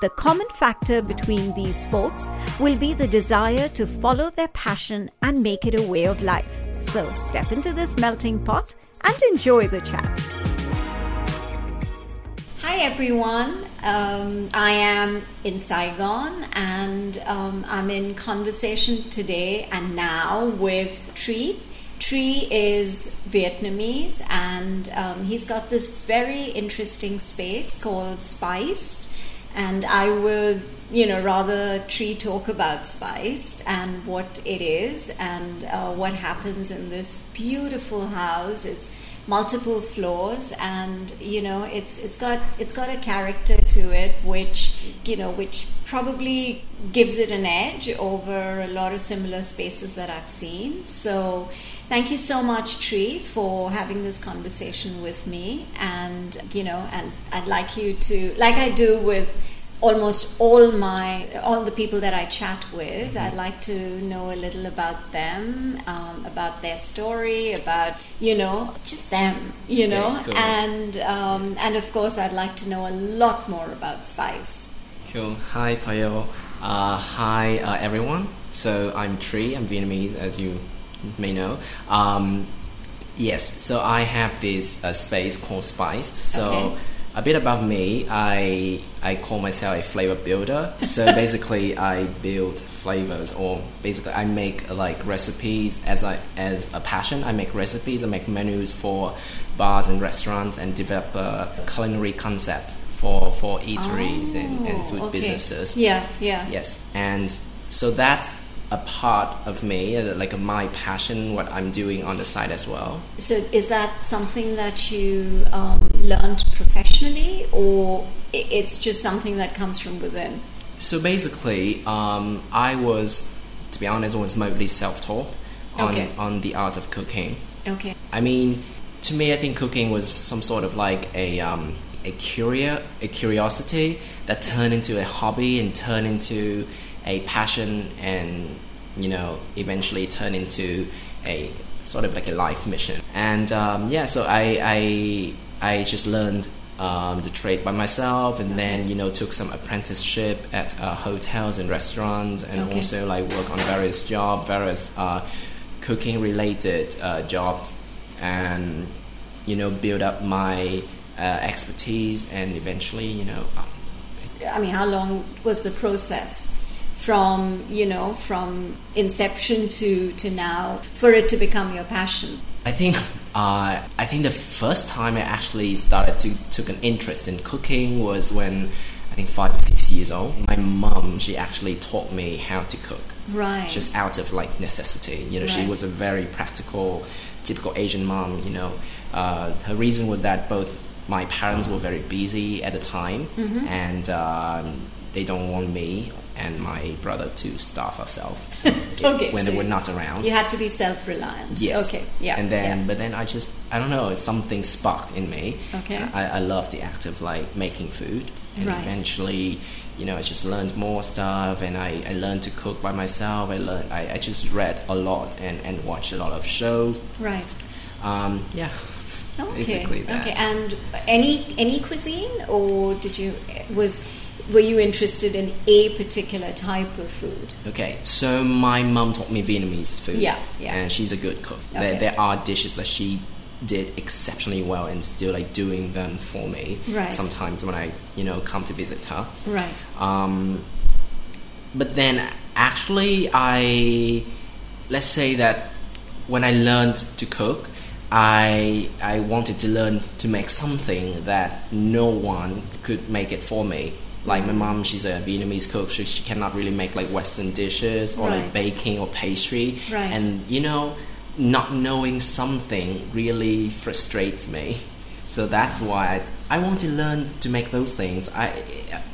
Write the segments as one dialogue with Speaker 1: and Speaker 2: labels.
Speaker 1: The common factor between these folks will be the desire to follow their passion and make it a way of life. So step into this melting pot and enjoy the chats.
Speaker 2: Hi everyone, um, I am in Saigon and um, I'm in conversation today and now with Tree. Tree is Vietnamese and um, he's got this very interesting space called Spiced. And I will, you know, rather Tree talk about Spiced and what it is and uh, what happens in this beautiful house. It's multiple floors and you know it's it's got it's got a character to it which you know which probably gives it an edge over a lot of similar spaces that I've seen so thank you so much tree for having this conversation with me and you know and I'd like you to like I do with almost all my all the people that I chat
Speaker 3: Mm-hmm.
Speaker 2: with. I'd like to know a little about them, um, about their story, about you know just them, you know,
Speaker 3: cool.
Speaker 2: and um, and of course I'd like to know a lot more about Spiced.
Speaker 3: Cool. Hi, Payel. Uh, hi, uh, everyone. So I'm Tree. I'm Vietnamese, as you may know. Um, yes. So I have this uh, space called Spiced. So
Speaker 2: Okay.
Speaker 3: a bit about me. I I call myself a flavor builder. So basically, I build flavors, or basically, I make like recipes as I as a passion. I make recipes. I make menus for bars and restaurants, and develop a culinary concept for for eateries and, and food
Speaker 2: Oh, okay.
Speaker 3: businesses.
Speaker 2: Yeah, yeah,
Speaker 3: Yes, and so that's a part of me, uh, like my passion, what I'm doing on the side as well.
Speaker 2: So is that something that you um, learned professionally, or i- it's just something that comes from within?
Speaker 3: So basically, um, I was, to be honest, was mostly self-taught on
Speaker 2: Okay.
Speaker 3: on the art of cooking.
Speaker 2: Okay.
Speaker 3: I mean, to me, I think cooking was some sort of like a um, a curia a curiosity that turned into a hobby and turned into a passion and you know eventually turned into a sort of like a life mission. And um, yeah, so I I I just learned. Um, the trade by myself, and then you know took some apprenticeship at uh, hotels and restaurants, and
Speaker 2: Okay.
Speaker 3: also like work on various job, various uh, cooking related uh, jobs, and you know build up my uh, expertise, and eventually you know um,
Speaker 2: I mean, how long was the process from you know from inception to to now for it to become your passion?
Speaker 3: I think uh, I think the first time I actually started to took an interest in cooking was when I think five or six years old. My mom she actually taught me how to cook.
Speaker 2: Right.
Speaker 3: just out of like necessity. You know, she
Speaker 2: Right.
Speaker 3: was a very practical, typical Asian mom. You know, uh, her reason was that both my parents were very busy at the time,
Speaker 2: Mm-hmm.
Speaker 3: and um, they don't want me and my brother to starve ourselves
Speaker 2: Okay,
Speaker 3: when
Speaker 2: so
Speaker 3: they were not around.
Speaker 2: you had to be self-reliant.
Speaker 3: Yes.
Speaker 2: Okay. Yeah.
Speaker 3: And then,
Speaker 2: yeah.
Speaker 3: but then I just, I don't know, something sparked in me.
Speaker 2: Okay.
Speaker 3: I, I love the act of like making food. And
Speaker 2: Right.
Speaker 3: eventually, you know, I just learned more stuff and I, I learned to cook by myself. I learned, I, I just read a lot and, and watched a lot of shows.
Speaker 2: right.
Speaker 3: Um, yeah.
Speaker 2: Okay.
Speaker 3: Basically that.
Speaker 2: Okay. And any any cuisine, or did you was were you interested in a particular type of food?
Speaker 3: Okay, so my mum taught me Vietnamese food.
Speaker 2: Yeah, yeah.
Speaker 3: And she's a good cook.
Speaker 2: Okay.
Speaker 3: There, there are dishes that she did exceptionally well and still like doing them for me.
Speaker 2: Right.
Speaker 3: Sometimes when I, you know, come to visit her.
Speaker 2: Right.
Speaker 3: Um, but then actually, I let's say that when I learned to cook, I I wanted to learn to make something that no one could make it for me. Like my mom, she's a Vietnamese cook, so she cannot really make like Western dishes or
Speaker 2: Right.
Speaker 3: like baking or pastry.
Speaker 2: Right.
Speaker 3: And you know, not knowing something really frustrates me. So that's why I, I want to learn to make those things. I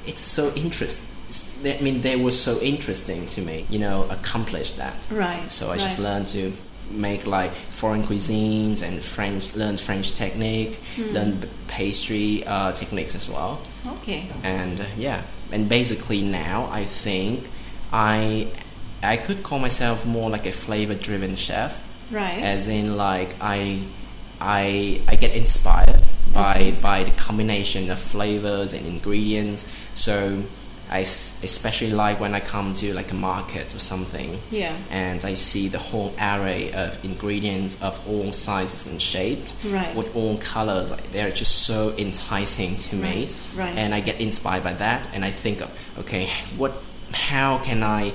Speaker 3: it's so interest. it's- I mean, they were so interesting to me. You know, accomplish that.
Speaker 2: Right,
Speaker 3: So I just
Speaker 2: right.
Speaker 3: learned to make like foreign cuisines and French. Learned French technique.
Speaker 2: Hmm.
Speaker 3: Learned b- pastry uh, techniques as well
Speaker 2: Okay.
Speaker 3: and uh, yeah and basically now i think i i could call myself more like a flavor driven chef
Speaker 2: Right.
Speaker 3: as in like i i i get inspired by by the combination of flavors and ingredients so I s- especially like when I come to like a market or something,
Speaker 2: Yeah.
Speaker 3: and I see the whole array of ingredients of all sizes and shapes,
Speaker 2: Right.
Speaker 3: with all colors. Like they're just so enticing to me,
Speaker 2: Right, right.
Speaker 3: and I get inspired by that, and I think of okay, what, how can I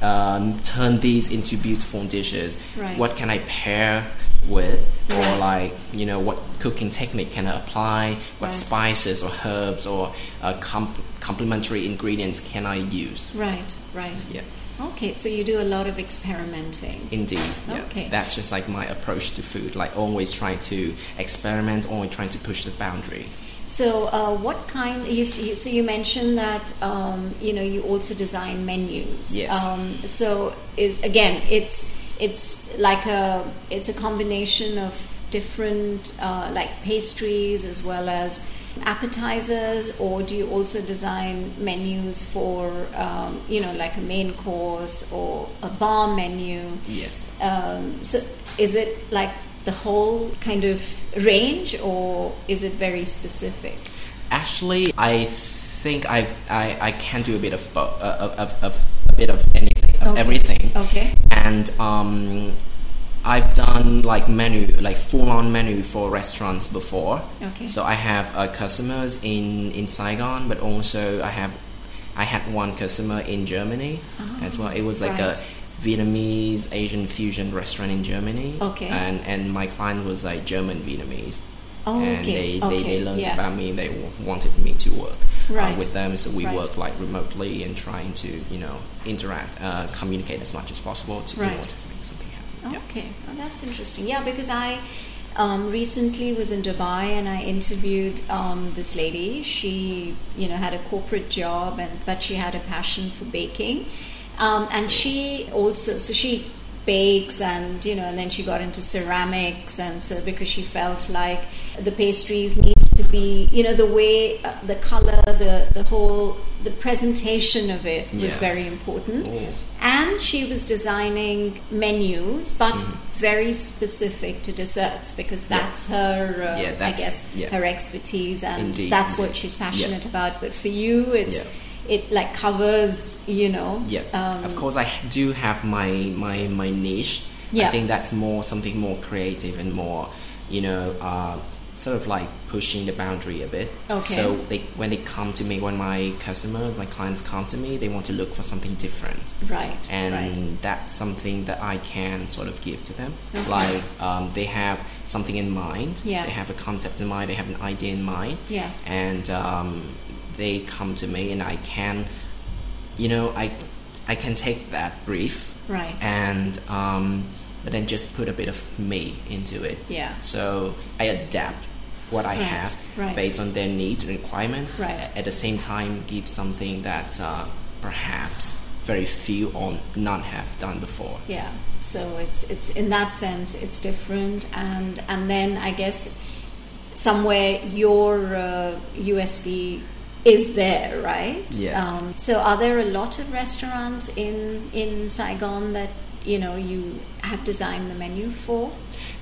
Speaker 3: um, turn these into beautiful dishes?
Speaker 2: Right.
Speaker 3: What can I pair with? Or
Speaker 2: Right.
Speaker 3: like you know, what cooking technique can I apply? What
Speaker 2: Right.
Speaker 3: spices or herbs or uh, com- complementary ingredients can I use?
Speaker 2: Right. Right.
Speaker 3: Yeah,
Speaker 2: Okay. So you do a lot of experimenting.
Speaker 3: indeed. Yeah.
Speaker 2: Okay.
Speaker 3: That's just like my approach to food. Like always trying to experiment, always trying to push the boundary.
Speaker 2: So, uh, what kind? You see, so you mentioned that um, you know you also design menus.
Speaker 3: Yes.
Speaker 2: Um, so is again, it's it's like a it's a combination of different uh, like pastries as well as appetizers, or do you also design menus for um, you know like a main course or a bar menu?
Speaker 3: Yes.
Speaker 2: Um, so is it like the whole kind of range or is it very specific?
Speaker 3: Actually, I think I've, I I can do a bit of bo- uh, of, of, of a bit of anything of
Speaker 2: Okay.
Speaker 3: everything.
Speaker 2: Okay.
Speaker 3: And um, I've done like menu like full on menu for restaurants before.
Speaker 2: Okay.
Speaker 3: So I have uh, customers in in Saigon, but also I have I had one customer in Germany as well. It was like
Speaker 2: Oh, right.
Speaker 3: a Vietnamese Asian fusion restaurant in Germany.
Speaker 2: Okay.
Speaker 3: And and my client was like German Vietnamese
Speaker 2: Oh,
Speaker 3: and
Speaker 2: okay,
Speaker 3: they, they,
Speaker 2: okay,
Speaker 3: they learned
Speaker 2: yeah.
Speaker 3: about me. They w- wanted me to work uh,
Speaker 2: Right,
Speaker 3: with them, so we
Speaker 2: right.
Speaker 3: work like remotely and trying to you know interact, uh, communicate as much as possible to be
Speaker 2: Right. Oh,
Speaker 3: able to make something happen. Yeah.
Speaker 2: Okay, well, that's interesting. Yeah, because I um, recently was in Dubai and I interviewed um, this lady. She, you know, had a corporate job, and but she had a passion for baking, um, and she also so she bakes and you know, and then she got into ceramics, and so because she felt like the pastries need to be, you know, the way, uh, the color, the the whole, the presentation of it was
Speaker 3: Yeah.
Speaker 2: very important
Speaker 3: Oh.
Speaker 2: and she was designing menus but
Speaker 3: Hmm.
Speaker 2: very specific to desserts because that's her uh,
Speaker 3: Yeah,
Speaker 2: i
Speaker 3: that's-
Speaker 2: guess
Speaker 3: yeah.
Speaker 2: her expertise and
Speaker 3: Indeed,
Speaker 2: that's what
Speaker 3: indeed.
Speaker 2: she's passionate about but for you it's it like covers you know
Speaker 3: Yeah.
Speaker 2: um,
Speaker 3: of course, I do have my my my niche.
Speaker 2: Yeah.
Speaker 3: I think that's more something more creative and more you know. Uh, Sort of like pushing the boundary a bit.
Speaker 2: Okay.
Speaker 3: So they, when they come to me, when my customers, my clients come to me, they want to look for something different.
Speaker 2: right
Speaker 3: and
Speaker 2: right
Speaker 3: that's something that I can sort of give to them.
Speaker 2: Okay.
Speaker 3: Like um, they have something in mind,
Speaker 2: Yeah.
Speaker 3: they have a concept in mind, they have an idea in mind,
Speaker 2: Yeah.
Speaker 3: and um, they come to me, and I can, you know, I I can take that brief,
Speaker 2: Right.
Speaker 3: and um, but then just put a bit of me into it.
Speaker 2: Yeah.
Speaker 3: So I adapt what I
Speaker 2: Right,
Speaker 3: have
Speaker 2: right.
Speaker 3: based on their need and requirement.
Speaker 2: Right.
Speaker 3: At the same time, give something that uh, perhaps very few or none have done before.
Speaker 2: yeah so it's it's in that sense it's different and and then i guess somewhere your uh, usb is there right
Speaker 3: Yeah.
Speaker 2: um, so are there a lot of restaurants in in saigon that you know you have designed the menu for?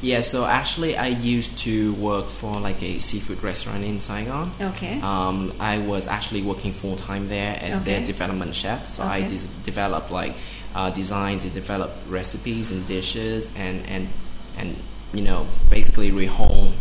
Speaker 3: Yeah, so actually, I used to work for like a seafood restaurant in Saigon.
Speaker 2: Okay.
Speaker 3: Um, I was actually working full time there as their
Speaker 2: Okay.
Speaker 3: development chef. So I
Speaker 2: Okay.
Speaker 3: des- developed like uh, designed and developed recipes and dishes and and and you know basically rehome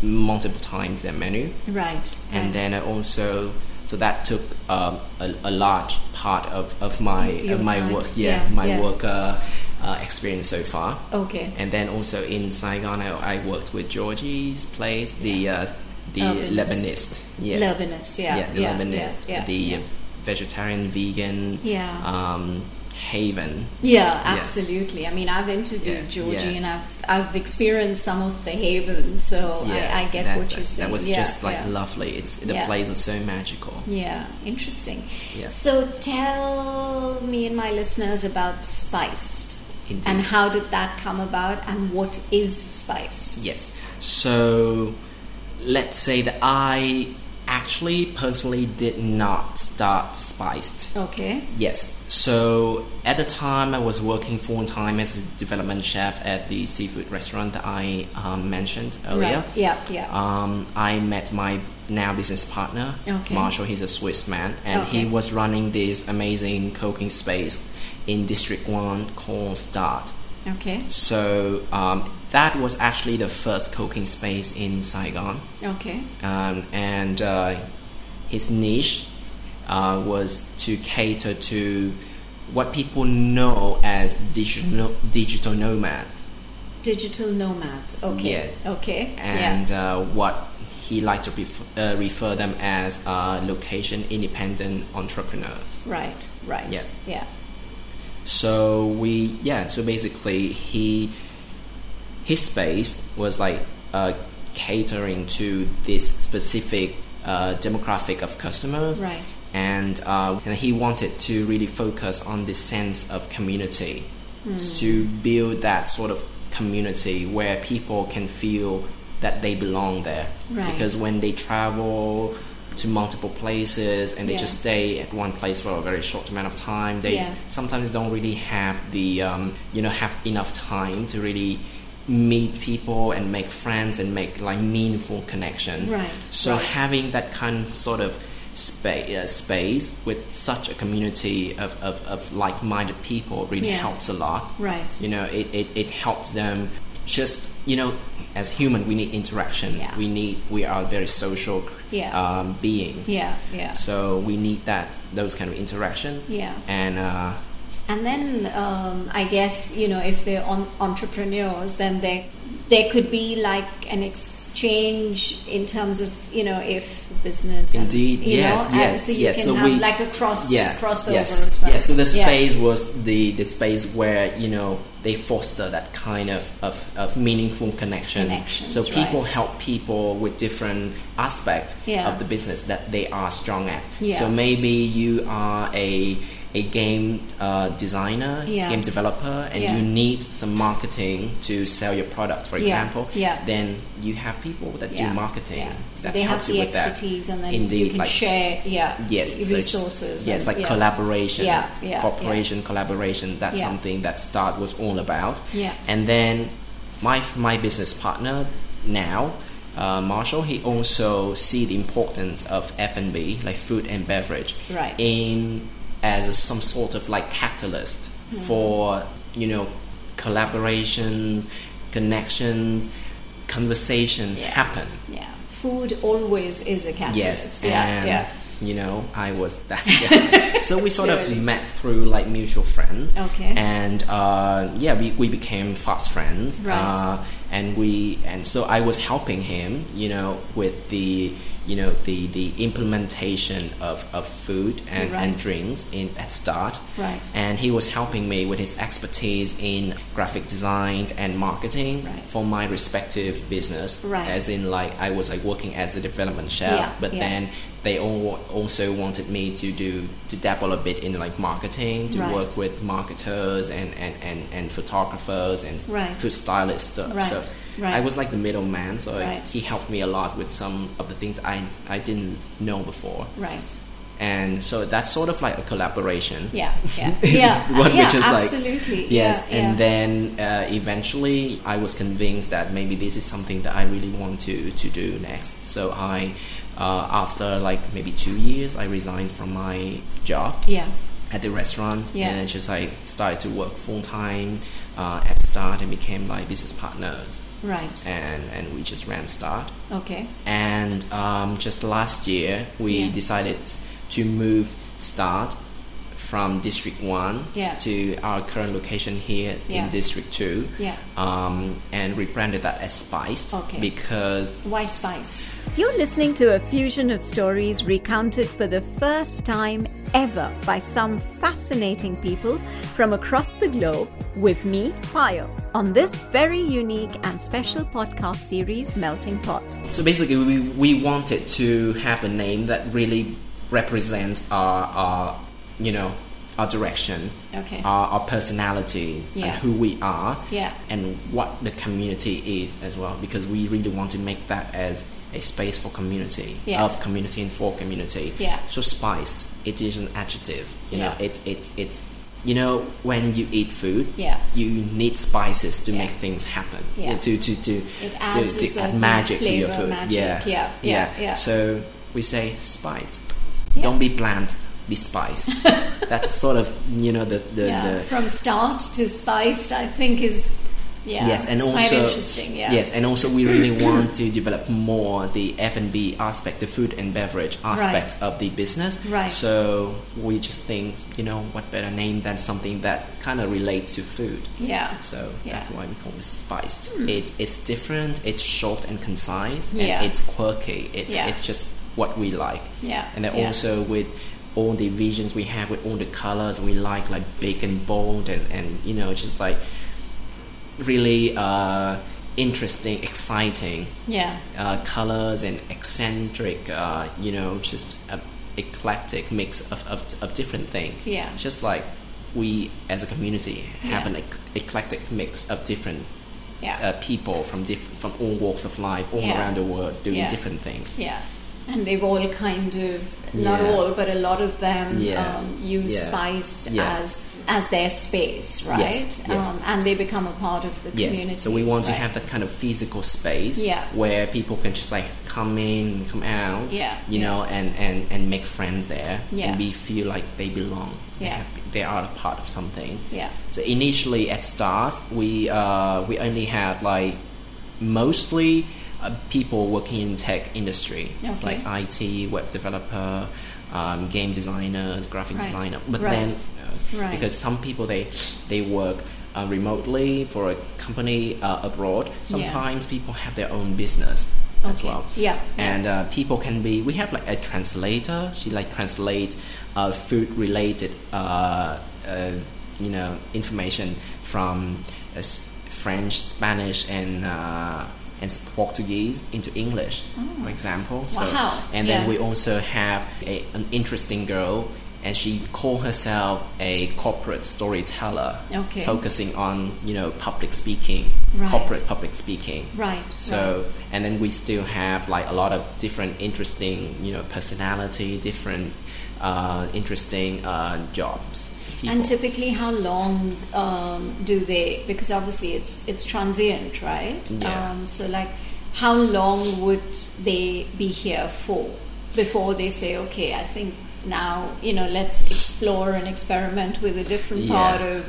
Speaker 3: multiple times their menu.
Speaker 2: Right.
Speaker 3: And
Speaker 2: right.
Speaker 3: then I also so that took um, a, a large part of, of my
Speaker 2: Your
Speaker 3: of my
Speaker 2: time.
Speaker 3: work yeah,
Speaker 2: Yeah,
Speaker 3: my
Speaker 2: yeah.
Speaker 3: work uh, uh, experience so far.
Speaker 2: Okay.
Speaker 3: And then also in Saigon, I, I worked with Georgie's place, the uh, the
Speaker 2: Lebanese.
Speaker 3: Lebanese, yes,
Speaker 2: Oh, Lebanese, yeah,
Speaker 3: the
Speaker 2: yeah,
Speaker 3: Lebanese,
Speaker 2: yeah, yeah,
Speaker 3: the
Speaker 2: yeah.
Speaker 3: vegetarian, vegan,
Speaker 2: Yeah.
Speaker 3: um, haven.
Speaker 2: Yeah, absolutely. I mean, I've interviewed
Speaker 3: Yeah,
Speaker 2: Georgie,
Speaker 3: yeah.
Speaker 2: and I've I've experienced some of the haven, so Oh, I, I get
Speaker 3: that,
Speaker 2: what you're saying.
Speaker 3: That was
Speaker 2: Yeah,
Speaker 3: just like
Speaker 2: yeah.
Speaker 3: lovely. It's the
Speaker 2: Yeah.
Speaker 3: place was so magical.
Speaker 2: Yeah, interesting.
Speaker 3: Yeah.
Speaker 2: So tell me and my listeners about Spiced.
Speaker 3: Indeed.
Speaker 2: And how did that come about and what is Spiced?
Speaker 3: Yes. So let's say that I actually personally did not start spiced.
Speaker 2: Okay.
Speaker 3: Yes. So at the time, I was working full time as a development chef at the seafood restaurant that I um, mentioned earlier.
Speaker 2: Right. Yeah, yeah.
Speaker 3: Um, I met my now business partner,
Speaker 2: Okay.
Speaker 3: Marshall. He's a Swiss man, and
Speaker 2: Okay.
Speaker 3: he was running this amazing cooking space in District One called Start.
Speaker 2: Okay.
Speaker 3: So um, that was actually the first cooking space in Saigon
Speaker 2: Okay.
Speaker 3: um, and uh, his niche uh, was to cater to what people know as digital digital nomads,
Speaker 2: Digital nomads. Okay.
Speaker 3: Yes.
Speaker 2: Okay.
Speaker 3: and
Speaker 2: yeah.
Speaker 3: uh, what he liked to ref- uh, refer them as uh, location independent entrepreneurs.
Speaker 2: Right. Right.
Speaker 3: Yeah.
Speaker 2: Yeah.
Speaker 3: So we yeah. So basically, he his space was like uh, catering to this specific uh, demographic of customers,
Speaker 2: Right.
Speaker 3: And uh, and he wanted to really focus on this sense of community
Speaker 2: Hmm.
Speaker 3: to build that sort of community where people can feel that they belong there
Speaker 2: Right.
Speaker 3: because when they travel to multiple places and they
Speaker 2: Yeah.
Speaker 3: just stay at one place for a very short amount of time they
Speaker 2: Yeah.
Speaker 3: sometimes don't really have the um, you know have enough time to really meet people and make friends and make like meaningful connections
Speaker 2: Right,
Speaker 3: so
Speaker 2: right.
Speaker 3: having that kind of sort of space, uh, space with such a community of, of, of like-minded people really
Speaker 2: Yeah.
Speaker 3: helps a lot
Speaker 2: Right.
Speaker 3: you know it, it, it helps them just you know as human we need interaction
Speaker 2: Yeah.
Speaker 3: we need we are a very social
Speaker 2: Yeah.
Speaker 3: um, being
Speaker 2: Yeah. Yeah.
Speaker 3: so we need that those kind of interactions
Speaker 2: Yeah.
Speaker 3: and uh,
Speaker 2: And then um, I guess you know if they're on entrepreneurs, then there there could be like an exchange in terms of you know if business. and,
Speaker 3: Indeed,
Speaker 2: you
Speaker 3: yes,
Speaker 2: know,
Speaker 3: yes,
Speaker 2: and so you
Speaker 3: yes.
Speaker 2: can
Speaker 3: So
Speaker 2: have
Speaker 3: we-
Speaker 2: like a cross
Speaker 3: yeah,
Speaker 2: crossover.
Speaker 3: yes,
Speaker 2: as well.
Speaker 3: yes. So the
Speaker 2: Yeah.
Speaker 3: space was the the space where you know they foster that kind of of, of meaningful connections.
Speaker 2: Connections,
Speaker 3: So people
Speaker 2: right.
Speaker 3: help people with different aspects
Speaker 2: Yeah.
Speaker 3: of the business that they are strong at.
Speaker 2: Yeah.
Speaker 3: So maybe you are a a game uh, designer,
Speaker 2: Yeah.
Speaker 3: game developer, and
Speaker 2: Yeah.
Speaker 3: you need some marketing to sell your product, for
Speaker 2: Yeah,
Speaker 3: example.
Speaker 2: yeah.
Speaker 3: Then you have people that
Speaker 2: Yeah,
Speaker 3: do marketing.
Speaker 2: yeah. So
Speaker 3: that
Speaker 2: they have
Speaker 3: helps
Speaker 2: the
Speaker 3: you with that.
Speaker 2: expertise, and then you
Speaker 3: Indeed,
Speaker 2: can
Speaker 3: like-
Speaker 2: share yeah
Speaker 3: yes so it's-
Speaker 2: resources.
Speaker 3: yes
Speaker 2: and-
Speaker 3: like
Speaker 2: yeah.
Speaker 3: collaboration
Speaker 2: Yeah, yeah,
Speaker 3: cooperation collaboration that's
Speaker 2: Yeah.
Speaker 3: something that start was all about
Speaker 2: Yeah.
Speaker 3: and then my my business partner now uh, Marshall he also see the importance of F&B like food and beverage
Speaker 2: Right.
Speaker 3: in as a, some sort of like catalyst
Speaker 2: Mm-hmm.
Speaker 3: for you know collaborations connections conversations
Speaker 2: Yeah.
Speaker 3: happen
Speaker 2: Yeah, food always is a
Speaker 3: Yes,
Speaker 2: catalyst. yeah,
Speaker 3: and
Speaker 2: yeah.
Speaker 3: you know, I was that. guy. so we sort of
Speaker 2: Really?
Speaker 3: met through like mutual friends.
Speaker 2: Okay.
Speaker 3: And uh, yeah, we, we became fast friends.
Speaker 2: Right.
Speaker 3: Uh, and we and so I was helping him, you know, with the you know the the implementation of, of food and, and
Speaker 2: Right.
Speaker 3: drinks in at start.
Speaker 2: Right.
Speaker 3: And he was helping me with his expertise in graphic design and marketing
Speaker 2: Right.
Speaker 3: for my respective business.
Speaker 2: Right.
Speaker 3: As in like I was like working as a development chef,
Speaker 2: Yeah,
Speaker 3: but
Speaker 2: yeah.
Speaker 3: then they all also wanted me to do to dabble a bit in like marketing to
Speaker 2: Right.
Speaker 3: work with marketers and and and, and photographers and
Speaker 2: Right.
Speaker 3: food stylists stuff. so
Speaker 2: Right, right.
Speaker 3: i was like the middleman so I-
Speaker 2: Right.
Speaker 3: he helped me a lot with some of the things i i didn't know before
Speaker 2: Right.
Speaker 3: and so that's sort of like a collaboration.
Speaker 2: Yeah, yeah, yeah.
Speaker 3: One
Speaker 2: yeah,
Speaker 3: which is
Speaker 2: absolutely.
Speaker 3: like yes,
Speaker 2: yeah,
Speaker 3: and
Speaker 2: yeah.
Speaker 3: then uh, eventually I was convinced that maybe this is something that I really want to to do next. So I, uh, after like maybe two years, I resigned from my job
Speaker 2: yeah,
Speaker 3: at the restaurant
Speaker 2: Yeah.
Speaker 3: and then just like started to work full time uh, at Start and became like business partners
Speaker 2: right.
Speaker 3: and and we just ran Start
Speaker 2: Okay.
Speaker 3: and um, just last year we
Speaker 2: Yeah.
Speaker 3: decided to move start from district 1
Speaker 2: Yeah.
Speaker 3: to our current location here
Speaker 2: Yeah.
Speaker 3: in district 2
Speaker 2: Yeah.
Speaker 3: um, and rebranded that as spiced
Speaker 2: Okay.
Speaker 3: because
Speaker 2: Why spiced?
Speaker 1: You're listening to a fusion of stories recounted for the first time ever by some fascinating people from across the globe with me, Pio, on this very unique and special podcast series, Melting Pot.
Speaker 3: so basically we, we wanted to have a name that really represent our, our you know our direction
Speaker 2: Okay.
Speaker 3: our, our personalities and
Speaker 2: Yeah.
Speaker 3: who we are
Speaker 2: Yeah.
Speaker 3: and what the community is as well because we really want to make that as a space for community
Speaker 2: Yeah.
Speaker 3: of community and for community
Speaker 2: Yeah.
Speaker 3: so spiced it is an adjective you know
Speaker 2: Yeah.
Speaker 3: it, it it's you know when you eat food
Speaker 2: Yeah.
Speaker 3: you need spices to
Speaker 2: Yeah.
Speaker 3: make things happen
Speaker 2: Yeah.
Speaker 3: to to to
Speaker 2: It
Speaker 3: to-
Speaker 2: adds a
Speaker 3: to, add
Speaker 2: certain
Speaker 3: magic to your
Speaker 2: flavor,
Speaker 3: food
Speaker 2: magic.
Speaker 3: yeah.
Speaker 2: Yeah, yeah,
Speaker 3: yeah
Speaker 2: yeah.
Speaker 3: so we say spiced
Speaker 2: Yeah.
Speaker 3: don't be bland be spiced that's sort of you know the the,
Speaker 2: yeah.
Speaker 3: the
Speaker 2: From start to spiced, I think is yeah.
Speaker 3: yes and
Speaker 2: it's
Speaker 3: also
Speaker 2: quite interesting. Yeah.
Speaker 3: yes and also we really want to develop more the f&b aspect the food and beverage aspect of the business
Speaker 2: Right.
Speaker 3: so we just think you know what better name than something that kind of relates to food
Speaker 2: Yeah.
Speaker 3: so
Speaker 2: Yeah. Hmm.
Speaker 3: that's why we call it spiced It's it's different it's short and concise
Speaker 2: Yeah.
Speaker 3: and it's quirky it's,
Speaker 2: Yeah.
Speaker 3: it's just what we like
Speaker 2: Yeah,
Speaker 3: and then
Speaker 2: yeah.
Speaker 3: also with all the visions we have with all the colors we like like big and bold and, and you know just like really uh, interesting exciting
Speaker 2: Yeah.
Speaker 3: uh, colors and eccentric uh, you know just a eclectic mix of, of, of different things
Speaker 2: Yeah.
Speaker 3: just like we as a community have
Speaker 2: Yeah.
Speaker 3: an ec- eclectic mix of different
Speaker 2: Yeah.
Speaker 3: uh, people from different from all walks of life all
Speaker 2: Yeah.
Speaker 3: around the world doing
Speaker 2: Yeah.
Speaker 3: different things
Speaker 2: Yeah. And they've all kind of not
Speaker 3: Yeah.
Speaker 2: all, but a lot of them
Speaker 3: Yeah.
Speaker 2: um, use
Speaker 3: Yeah.
Speaker 2: spiced
Speaker 3: Yeah.
Speaker 2: as as their space, right?
Speaker 3: yes.
Speaker 2: Um, and they become a part of the
Speaker 3: Yes.
Speaker 2: community.
Speaker 3: So we want to
Speaker 2: right?
Speaker 3: have that kind of physical space
Speaker 2: Yeah.
Speaker 3: where people can just like come in, come out,
Speaker 2: Yeah.
Speaker 3: you know, and, and, and make friends there.
Speaker 2: Yeah.
Speaker 3: And we feel like they belong. They,
Speaker 2: Yeah.
Speaker 3: have, they are a part of something.
Speaker 2: Yeah.
Speaker 3: So initially at start, we, uh, we only had like mostly uh, people working in tech industry. It's
Speaker 2: Okay.
Speaker 3: like IT, web developer, um, game designers, graphic
Speaker 2: Right.
Speaker 3: designer. But
Speaker 2: Right.
Speaker 3: then knows.
Speaker 2: Right.
Speaker 3: Because some people they they work uh, remotely for a company uh, abroad. Sometimes people have their own business as
Speaker 2: Okay.
Speaker 3: well.
Speaker 2: Yeah, yeah.
Speaker 3: And uh, people can be. We have like a translator. She like translate uh, food related uh, uh, you know information from uh, s- French, Spanish, and. Uh, and s- Portuguese into English, for example. So,
Speaker 2: Oh. Wow.
Speaker 3: And then
Speaker 2: Yeah.
Speaker 3: we also have a, an interesting girl, and she called herself a corporate storyteller,
Speaker 2: Okay.
Speaker 3: focusing on you know public speaking,
Speaker 2: Right.
Speaker 3: corporate public speaking.
Speaker 2: Right.
Speaker 3: So and then we still have like a lot of different interesting you know personality, different uh, interesting uh, jobs. people.
Speaker 2: And typically, how long um, do they? Because obviously, it's it's transient, right?
Speaker 3: Yeah.
Speaker 2: Um, so, like, how long would they be here for before they say, "Okay, I think now you know, let's explore and experiment with a different
Speaker 3: Yeah.
Speaker 2: part of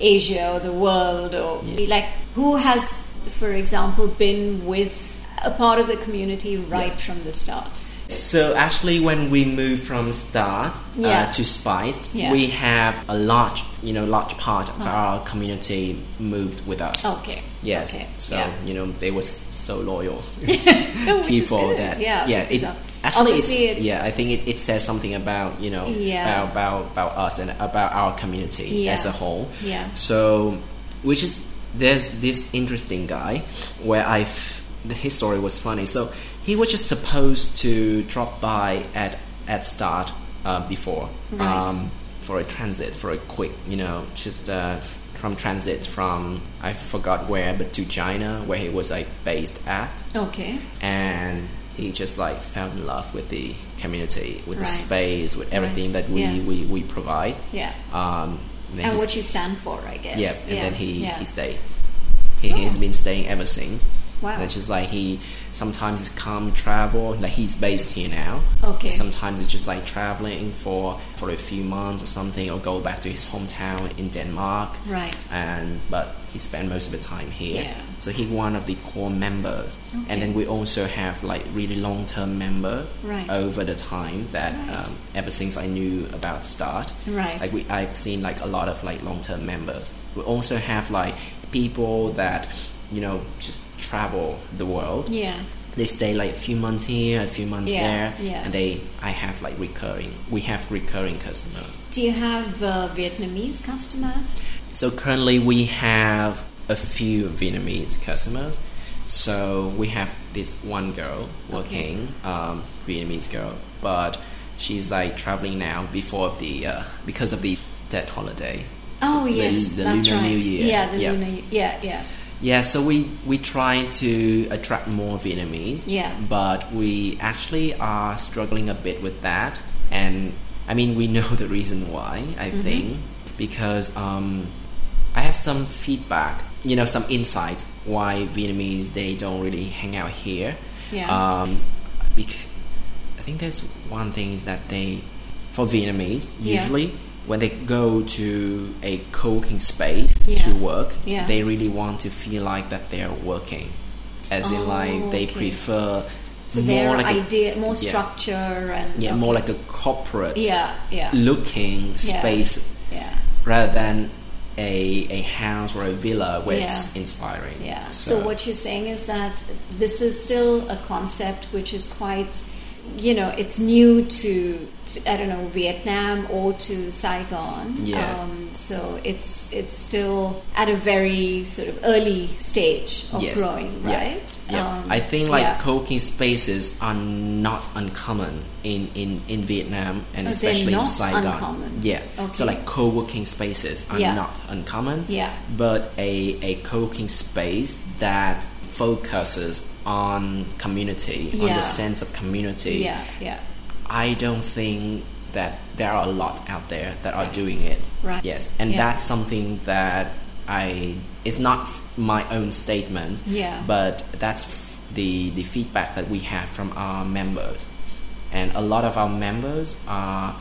Speaker 2: Asia or the world," or
Speaker 3: Yeah.
Speaker 2: like, who has, for example, been with a part of the community right from the start?
Speaker 3: So actually, when we moved from Start
Speaker 2: Yeah.
Speaker 3: uh, to Spice,
Speaker 2: Yeah.
Speaker 3: we have a large, you know, large part of our community moved with us.
Speaker 2: Okay.
Speaker 3: Yes.
Speaker 2: Okay.
Speaker 3: So
Speaker 2: Yeah.
Speaker 3: you know, they were s- so loyal
Speaker 2: Which is
Speaker 3: people
Speaker 2: good.
Speaker 3: that
Speaker 2: yeah,
Speaker 3: it,
Speaker 2: because, uh,
Speaker 3: actually it,
Speaker 2: obviously it-
Speaker 3: yeah I think it, it says something about you know
Speaker 2: Yeah.
Speaker 3: about, about about us and about our community
Speaker 2: Yeah.
Speaker 3: as a whole
Speaker 2: Yeah.
Speaker 3: so which is there's this interesting guy where I f- the his story was funny so he was just supposed to drop by at at start uh, before um,
Speaker 2: Right.
Speaker 3: for a transit for a quick you know just uh, f- from transit from I forgot where but to China where he was like based at
Speaker 2: Okay.
Speaker 3: and he just like fell in love with the community, with the
Speaker 2: Right.
Speaker 3: space, with everything
Speaker 2: Right.
Speaker 3: that we,
Speaker 2: Yeah.
Speaker 3: we, we provide.
Speaker 2: Yeah.
Speaker 3: Um, then
Speaker 2: and
Speaker 3: he's-
Speaker 2: what you stand for, I guess.
Speaker 3: yeah, and then he,
Speaker 2: yeah.
Speaker 3: he stayed. He has been staying ever since.
Speaker 2: Wow.
Speaker 3: And it's just like he sometimes he's come travel, like he's based here now.
Speaker 2: Okay.
Speaker 3: Sometimes it's just like traveling for for a few months or something, or go back to his hometown in Denmark.
Speaker 2: Right.
Speaker 3: And but he spent most of the time here.
Speaker 2: Yeah.
Speaker 3: So he one of the core members.
Speaker 2: Okay.
Speaker 3: And then we also have like really long term members
Speaker 2: Right.
Speaker 3: over the time that
Speaker 2: Right.
Speaker 3: um, ever since I knew about Start.
Speaker 2: Right.
Speaker 3: Like we, I've seen like a lot of like long-term members. We also have like people that you know just travel the world.
Speaker 2: Yeah.
Speaker 3: They stay like a few months here, a few months
Speaker 2: Yeah,
Speaker 3: there,
Speaker 2: yeah.
Speaker 3: and they I have like recurring. We have recurring customers.
Speaker 2: Do you have uh, Vietnamese customers?
Speaker 3: So currently we have a few Vietnamese customers. So we have this one girl working, um, Vietnamese girl, but she's like traveling now before of the uh, because of the Tet holiday.
Speaker 2: Oh
Speaker 3: The-
Speaker 2: yes,
Speaker 3: the
Speaker 2: that's
Speaker 3: Lunar
Speaker 2: right.
Speaker 3: New Year.
Speaker 2: Yeah, the
Speaker 3: Yeah.
Speaker 2: Lunar Year. Yeah, yeah.
Speaker 3: Yeah, so we we try to attract more Vietnamese.
Speaker 2: Yeah.
Speaker 3: But we actually are struggling a bit with that, and I mean we know the reason why. I
Speaker 2: Mm-hmm.
Speaker 3: think because um, I have some feedback, you know, some insight why Vietnamese they don't really hang out here.
Speaker 2: Yeah.
Speaker 3: Um, because I think there's one thing is that they, for Vietnamese,
Speaker 2: Yeah.
Speaker 3: usually when they go to a co-working space
Speaker 2: Yeah.
Speaker 3: to work,
Speaker 2: Yeah.
Speaker 3: they really want to feel like that they're working, as in like they
Speaker 2: Oh, okay.
Speaker 3: prefer
Speaker 2: So
Speaker 3: more
Speaker 2: their
Speaker 3: like
Speaker 2: idea, more
Speaker 3: yeah.
Speaker 2: structure,
Speaker 3: a,
Speaker 2: and
Speaker 3: yeah, more like a corporate
Speaker 2: yeah, yeah,
Speaker 3: looking
Speaker 2: Yeah.
Speaker 3: space
Speaker 2: yeah,
Speaker 3: rather than a a house or a villa where it's
Speaker 2: Yeah.
Speaker 3: inspiring.
Speaker 2: yeah. So, what you're saying is that this is still a concept which is quite, you know, it's new to, to I don't know Vietnam or to Saigon. Um,
Speaker 3: Yes.
Speaker 2: so it's it's still at a very sort of early stage of
Speaker 3: Yes.
Speaker 2: growing,
Speaker 3: Yeah.
Speaker 2: right?
Speaker 3: Yeah.
Speaker 2: Um,
Speaker 3: I think like
Speaker 2: yeah.
Speaker 3: co-working spaces are not uncommon in, in, in Vietnam and
Speaker 2: Oh, they're
Speaker 3: especially in
Speaker 2: not
Speaker 3: Saigon.
Speaker 2: uncommon.
Speaker 3: Yeah.
Speaker 2: Okay.
Speaker 3: So like co-working spaces are
Speaker 2: Yeah.
Speaker 3: not uncommon.
Speaker 2: Yeah.
Speaker 3: But a, a co-working space that focuses on community, on
Speaker 2: Yeah.
Speaker 3: the sense of community.
Speaker 2: yeah, yeah.
Speaker 3: I don't think that there are a lot out there that are doing it.
Speaker 2: Right.
Speaker 3: Yes, and
Speaker 2: Yeah.
Speaker 3: that's something that I. It's not f- my own statement.
Speaker 2: Yeah.
Speaker 3: But that's f- the the feedback that we have from our members, and a lot of our members are,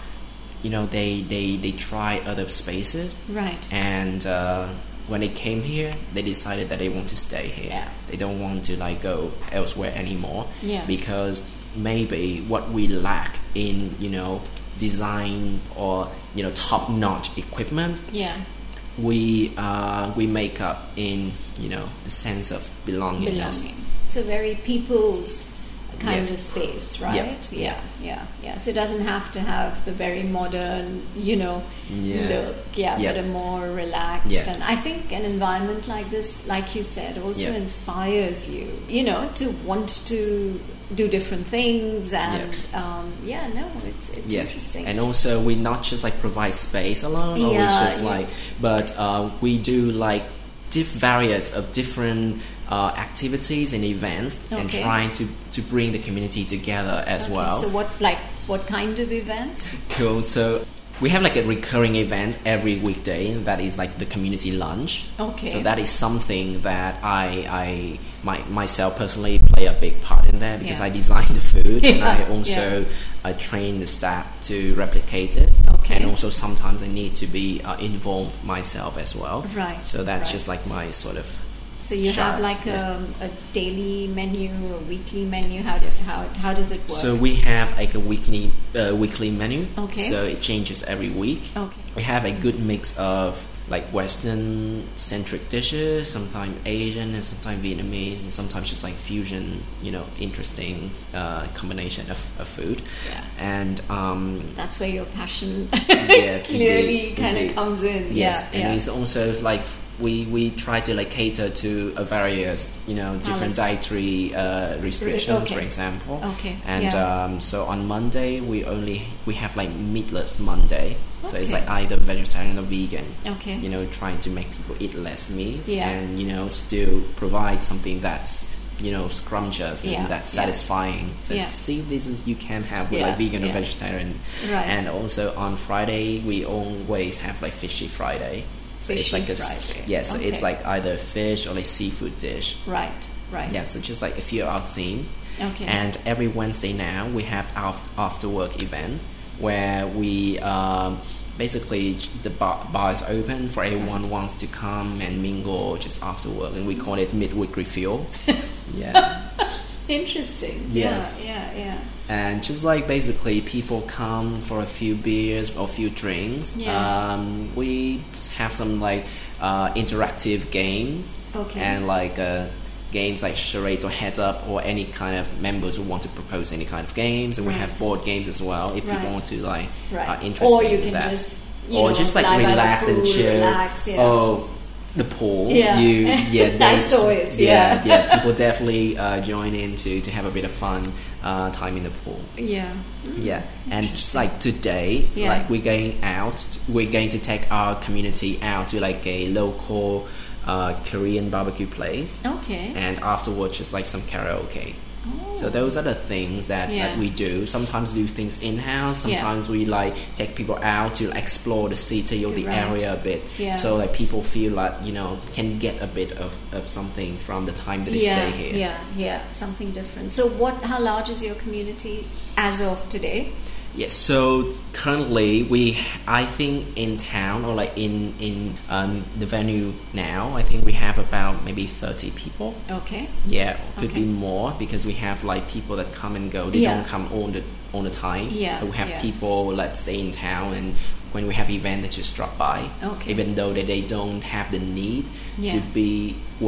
Speaker 3: you know, they they they try other spaces,
Speaker 2: Right.
Speaker 3: and. Uh, when they came here, they decided that they want to stay here.
Speaker 2: Yeah.
Speaker 3: They don't want to like go elsewhere anymore
Speaker 2: Yeah.
Speaker 3: because maybe what we lack in you know design or you know top notch equipment
Speaker 2: Yeah.
Speaker 3: we uh, we make up in you know the sense of belongingness
Speaker 2: belonging. It's a very people's kind
Speaker 3: Yes.
Speaker 2: of space,
Speaker 3: Yeah.
Speaker 2: right?
Speaker 3: Yeah.
Speaker 2: yeah, yeah, yeah. So it doesn't have to have the very modern, you know,
Speaker 3: Yeah.
Speaker 2: look. Yeah,
Speaker 3: Yeah.
Speaker 2: but a more relaxed.
Speaker 3: Yeah.
Speaker 2: And I think an environment like this, like you said, also
Speaker 3: Yeah.
Speaker 2: inspires you, you know, to want to do different things. And yeah, um, yeah no, it's it's
Speaker 3: yes
Speaker 2: interesting.
Speaker 3: and also we not just like provide space alone or we
Speaker 2: Yeah,
Speaker 3: just
Speaker 2: yeah.
Speaker 3: like but uh, we do like diff various of different uh, activities and events and
Speaker 2: Okay.
Speaker 3: trying to to bring the community together as
Speaker 2: Okay,
Speaker 3: well
Speaker 2: So what like what kind of events?
Speaker 3: Cool. So we have like a recurring event every weekday that is like the community lunch.
Speaker 2: Okay.
Speaker 3: So that is something that I I my, myself personally play a big part in there because
Speaker 2: Yeah.
Speaker 3: I design the food and I
Speaker 2: Yeah,
Speaker 3: also I train the staff to replicate it.
Speaker 2: Okay.
Speaker 3: And also sometimes I need to be uh, involved myself as well.
Speaker 2: Right,
Speaker 3: So that's
Speaker 2: right.
Speaker 3: just like my sort of
Speaker 2: So you have
Speaker 3: Sure.
Speaker 2: like um, a,
Speaker 3: Yeah.
Speaker 2: a daily menu, a weekly menu. How
Speaker 3: Yes.
Speaker 2: how how does it work?
Speaker 3: So we have like a weekly uh, weekly menu.
Speaker 2: Okay.
Speaker 3: So it changes every week.
Speaker 2: Okay.
Speaker 3: We have a good mix of like Western centric dishes, sometimes Asian and sometimes Vietnamese, and sometimes just like fusion. You know, interesting uh, combination of, of food.
Speaker 2: Yeah.
Speaker 3: And um,
Speaker 2: that's where your passion
Speaker 3: yes,
Speaker 2: clearly
Speaker 3: indeed,
Speaker 2: kind of
Speaker 3: indeed.
Speaker 2: comes in.
Speaker 3: Yes,
Speaker 2: yeah,
Speaker 3: and
Speaker 2: yeah.
Speaker 3: it's also like f- we we try to like cater to a various you know different
Speaker 2: Palettes.
Speaker 3: dietary uh, restrictions,
Speaker 2: okay.
Speaker 3: for example.
Speaker 2: Okay,
Speaker 3: And
Speaker 2: yeah.
Speaker 3: um, so on Monday we only we have like meatless Monday, so it's
Speaker 2: Okay.
Speaker 3: like either vegetarian or vegan.
Speaker 2: Okay.
Speaker 3: You know, trying to make people eat less meat
Speaker 2: Yeah.
Speaker 3: and you know still provide something that's you know scrumptious
Speaker 2: Yeah,
Speaker 3: and that's
Speaker 2: yeah.
Speaker 3: satisfying. So
Speaker 2: Yeah.
Speaker 3: see, this is you can have with
Speaker 2: Yeah,
Speaker 3: like vegan
Speaker 2: yeah.
Speaker 3: or vegetarian.
Speaker 2: Right.
Speaker 3: And also on Friday we always have like fishy Friday. So it's
Speaker 2: Fishy
Speaker 3: like a s-
Speaker 2: Friday.
Speaker 3: yeah, so
Speaker 2: Okay.
Speaker 3: it's like either fish or like seafood dish.
Speaker 2: Right, right.
Speaker 3: Yeah, so just like a few our theme.
Speaker 2: Okay.
Speaker 3: And every Wednesday now we have after after work event where we um, basically j- the bar, bar is open for everyone wants to come and mingle just after work, and we call it midweek refuel. yeah.
Speaker 2: Interesting.
Speaker 3: Yes.
Speaker 2: Yeah, yeah, yeah.
Speaker 3: And just like basically people come for a few beers or a few drinks.
Speaker 2: Yeah.
Speaker 3: Um, we have some like uh, interactive games.
Speaker 2: Okay.
Speaker 3: And like uh, games like charades or heads up or any kind of members who want to propose any kind of games. And we have
Speaker 2: Right.
Speaker 3: board games as well if
Speaker 2: Right.
Speaker 3: people want to like
Speaker 2: Right.
Speaker 3: are interested
Speaker 2: Or you
Speaker 3: in
Speaker 2: can
Speaker 3: that.
Speaker 2: just, you
Speaker 3: or
Speaker 2: know,
Speaker 3: just like
Speaker 2: lie by the
Speaker 3: relax and
Speaker 2: pool,
Speaker 3: chill.
Speaker 2: relax, yeah.
Speaker 3: Oh, the pool.
Speaker 2: Yeah.
Speaker 3: You, yeah.
Speaker 2: I
Speaker 3: they-
Speaker 2: saw it, yeah.
Speaker 3: Yeah. yeah. People definitely uh, join in to, to have a bit of fun uh, time in the pool.
Speaker 2: Yeah.
Speaker 3: Yeah, and just like today,
Speaker 2: Mm-hmm. Yeah.
Speaker 3: like we're going out, we're going to take our community out to like a local uh, Korean barbecue
Speaker 2: Oh,
Speaker 3: place,
Speaker 2: Okay.
Speaker 3: and afterwards just like some karaoke. So those are the things that,
Speaker 2: Oh. Yeah.
Speaker 3: that we do. Sometimes do things in house.
Speaker 2: Yeah.
Speaker 3: Sometimes we like take people out to explore the city or the
Speaker 2: Right.
Speaker 3: area a bit,
Speaker 2: Yeah.
Speaker 3: so like people feel like you know can get a bit of, of something from the time that they
Speaker 2: yeah,
Speaker 3: stay here.
Speaker 2: yeah, yeah, something different. So, what? How large is your community as of today?
Speaker 3: Yes. So currently, we I think in town or like in in um, the venue now, I think we have about maybe thirty people.
Speaker 2: Okay,
Speaker 3: Yeah, could
Speaker 2: Okay.
Speaker 3: be more because we have like people that come and go. They
Speaker 2: Yeah.
Speaker 3: don't come all the all the time.
Speaker 2: Yeah,
Speaker 3: But we have
Speaker 2: yeah.
Speaker 3: people like stay in town and. When we have event, they just drop by.
Speaker 2: Okay.
Speaker 3: Even though that they don't have the need
Speaker 2: Yeah.
Speaker 3: to be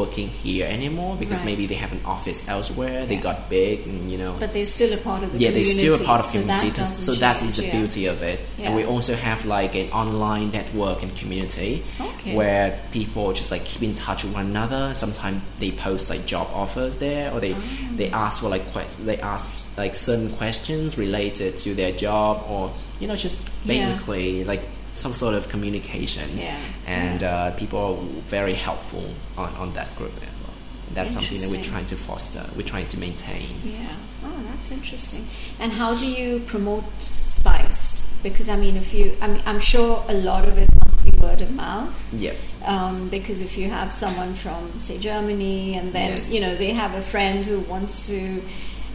Speaker 3: working here anymore because
Speaker 2: Right.
Speaker 3: maybe they have an office elsewhere. They
Speaker 2: Yeah.
Speaker 3: got big, and you know
Speaker 2: but they're still a part of the
Speaker 3: yeah, they're
Speaker 2: community.
Speaker 3: still a part of
Speaker 2: so
Speaker 3: community.
Speaker 2: That
Speaker 3: th-
Speaker 2: doesn't
Speaker 3: so that is
Speaker 2: change,
Speaker 3: the
Speaker 2: yeah.
Speaker 3: beauty of it.
Speaker 2: Yeah.
Speaker 3: And we also have like an online network and community
Speaker 2: Okay.
Speaker 3: where people just like keep in touch with one another. Sometimes they post like job offers there, or they
Speaker 2: Ah.
Speaker 3: they ask for like que- they ask like certain questions related to their job, or you know just
Speaker 2: Yeah.
Speaker 3: basically like some sort of communication.
Speaker 2: Yeah.
Speaker 3: And Uh, people are very helpful on on that group. as well. And that's something that we're
Speaker 2: Interesting.
Speaker 3: trying to foster. We're trying to maintain.
Speaker 2: Yeah. Oh, that's interesting. And how do you promote Spiced? Because I mean, if you, I mean, I'm sure a lot of it must be word of mouth.
Speaker 3: Yeah.
Speaker 2: um, because if you have someone from say Germany and then
Speaker 3: Yes.
Speaker 2: you know they have a friend who wants to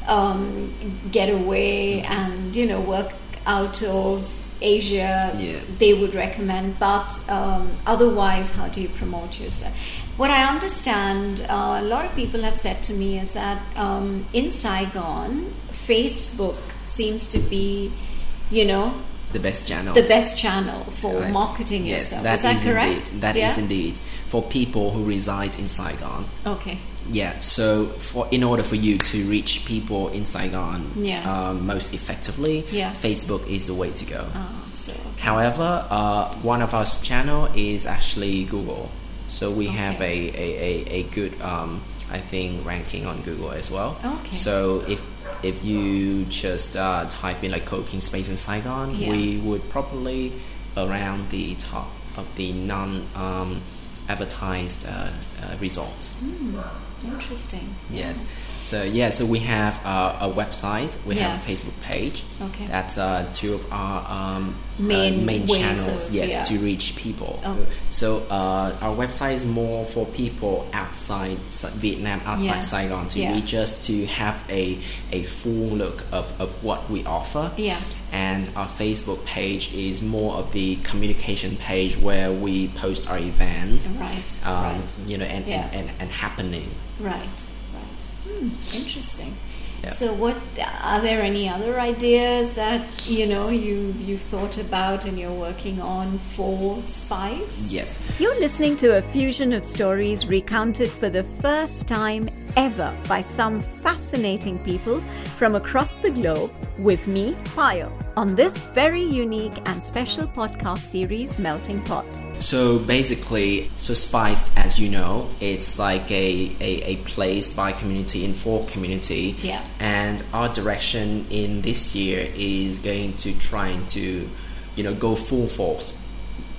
Speaker 2: um, get away
Speaker 3: Mm-hmm.
Speaker 2: and you know work out of Asia,
Speaker 3: Yes.
Speaker 2: they would recommend. But um, otherwise, how do you promote yourself? What I understand, uh, a lot of people have said to me is that um, in Saigon, Facebook seems to be, you know,
Speaker 3: The best channel.
Speaker 2: the best channel for
Speaker 3: Right.
Speaker 2: marketing
Speaker 3: Yes,
Speaker 2: yourself.
Speaker 3: that
Speaker 2: is that
Speaker 3: is
Speaker 2: correct?
Speaker 3: Indeed, that is
Speaker 2: yeah?
Speaker 3: indeed for people who reside in Saigon.
Speaker 2: Okay.
Speaker 3: Yeah. So, for in order for you to reach people in Saigon
Speaker 2: Yeah.
Speaker 3: um, most effectively,
Speaker 2: Yeah.
Speaker 3: Facebook is the way to go.
Speaker 2: Oh, so
Speaker 3: However, uh, one of our s- channel is actually Google, so we have a,
Speaker 2: Okay.
Speaker 3: a, a, a good um, I think ranking on Google as well.
Speaker 2: Okay.
Speaker 3: So if if you just uh, type in like cooking space in Saigon,
Speaker 2: Yeah.
Speaker 3: we would probably around the top of the non um, advertised uh, uh, results.
Speaker 2: interesting.
Speaker 3: Yes. So yeah, so we have uh, a website, we have a
Speaker 2: Yeah.
Speaker 3: Facebook page.
Speaker 2: Okay.
Speaker 3: That's uh, two of our um,
Speaker 2: Main
Speaker 3: uh, main
Speaker 2: ways
Speaker 3: channels,
Speaker 2: of-
Speaker 3: yes,
Speaker 2: yeah.
Speaker 3: to reach people.
Speaker 2: Oh.
Speaker 3: So uh, our website is more for people outside Sa- Vietnam, outside
Speaker 2: Yeah.
Speaker 3: Saigon, to
Speaker 2: Yeah.
Speaker 3: reach us to have a a full look of, of what we offer.
Speaker 2: Yeah.
Speaker 3: And our Facebook page is more of the communication page where we post our events,
Speaker 2: Right,
Speaker 3: um,
Speaker 2: right.
Speaker 3: you know, and,
Speaker 2: Yeah.
Speaker 3: and, and, and happening.
Speaker 2: Right, right. Hmm, interesting.
Speaker 3: Yeah.
Speaker 2: So, what are there any other ideas that you know you you've thought about and you're working on for Spice?
Speaker 3: Yes.
Speaker 1: You're listening to a fusion of stories recounted for the first time ever by some fascinating people from across the globe with me, Pio, on this very unique and special podcast series, Melting Pot.
Speaker 3: So basically, so Spice, as you know, it's like a, a, a place by community and for community.
Speaker 2: Yeah.
Speaker 3: And our direction in this year is going to trying to, you know, go full force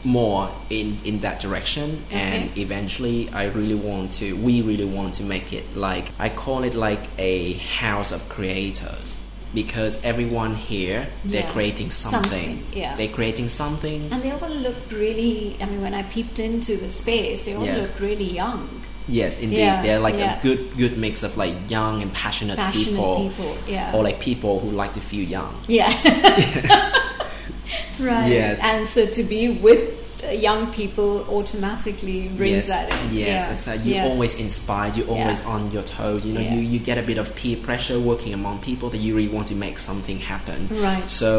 Speaker 3: more in in that direction and eventually i really want to we really want to make it like i call it like a house of creators because everyone here they're
Speaker 2: Yeah.
Speaker 3: creating something,
Speaker 2: Something, yeah.
Speaker 3: they're creating something
Speaker 2: And they all looked really, I mean, when I peeped into the space, they all
Speaker 3: Yeah.
Speaker 2: looked really young,
Speaker 3: yes indeed
Speaker 2: Yeah,
Speaker 3: they're like
Speaker 2: yeah.
Speaker 3: a good good mix of like young and passionate,
Speaker 2: passionate people. Yeah.
Speaker 3: or like people who like to feel young
Speaker 2: yeah. right.
Speaker 3: Yes.
Speaker 2: And so to be with uh, young people automatically brings
Speaker 3: yes,
Speaker 2: that in.
Speaker 3: Yes,
Speaker 2: yeah.
Speaker 3: it's like you
Speaker 2: yeah.
Speaker 3: always inspired, you always on your toes. You know,
Speaker 2: Yeah.
Speaker 3: you, you get a bit of peer pressure working among people that you really want to make something happen.
Speaker 2: Right.
Speaker 3: So